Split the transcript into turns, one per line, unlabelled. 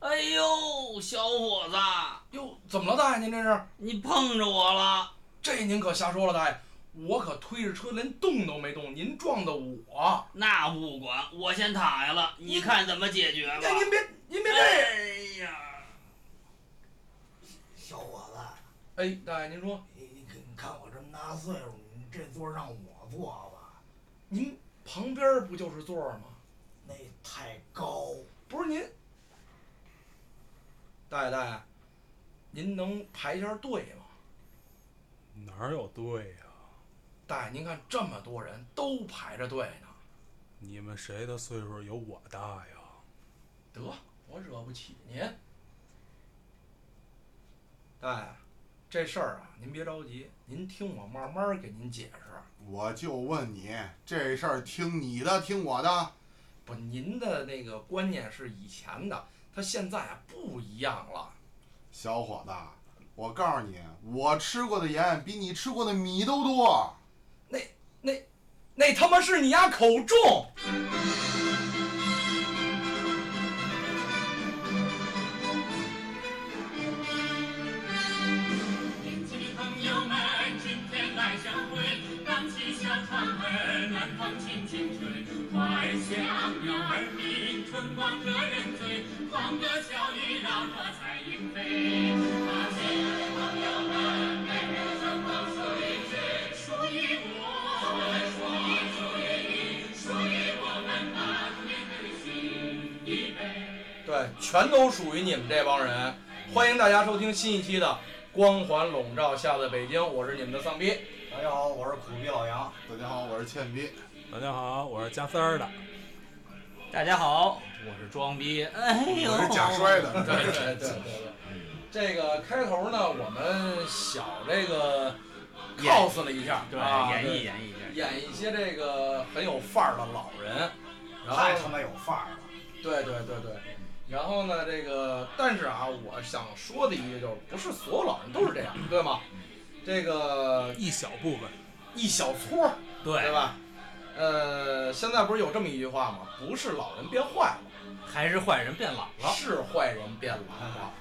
哎呦，小伙子，
哟，怎么了，大爷？您这是？
你碰着我了！
这您可瞎说了，大爷！我可推着车连动都没动，您撞的我。
那不管，我先躺下了，你看怎么解决吧。
哎，您别，您别这。
哎呀，
小伙子，
哎，大爷，您说，
你你看我这么大岁数，你这座让我坐吧，
您旁边不就是座儿吗？
那太高。
不是您，大爷大爷，您能排一下队吗？
哪有对呀、
大爷，您看这么多人都排着队呢，
你们谁的岁数有我大呀？
得，我惹不起您。大爷，这事儿啊，您别着急，您听我慢慢给您解释。
我就问你，这事儿听你的，听我的？
不，您的那个观念是以前的，他现在啊不一样了。
小伙子，我告诉你，我吃过的盐比你吃过的米都多。
那那那他妈是你丫口重！
亲戚朋友们，今天来相会，荡起小船儿，南风轻轻吹，快向鸟儿鸣，春光惹人醉，欢歌笑语绕着彩云飞。啊，亲爱的朋友们，每日春光数一句，数一我，数一数一数一我们吧，年的心一杯。
对，全都属于你们这帮人。欢迎大家收听新一期的《光环笼罩下的北京》，我是你们的丧逼。
大家好，我是苦逼老杨。
大家好，我是倩斌。
大家好，我是加三儿的。
大家好，我是装逼。哎呦，
我是假摔的，
对对对对对。这个开头呢，我们小这个
演
cos 了一下，
对，
啊
演绎
对
演绎一下。
演一些这个很有范儿的老人，然后
太他妈有范儿了！
对对对对，然后呢，这个但是啊，我想说的一句就是，不是所有老人都是这样，对吗？这个
一小部分，
一小撮儿，对
对，
吧？呃，现在不是有这么一句话吗？不是老人变坏了，
还是坏人变老了。
是坏人变老了。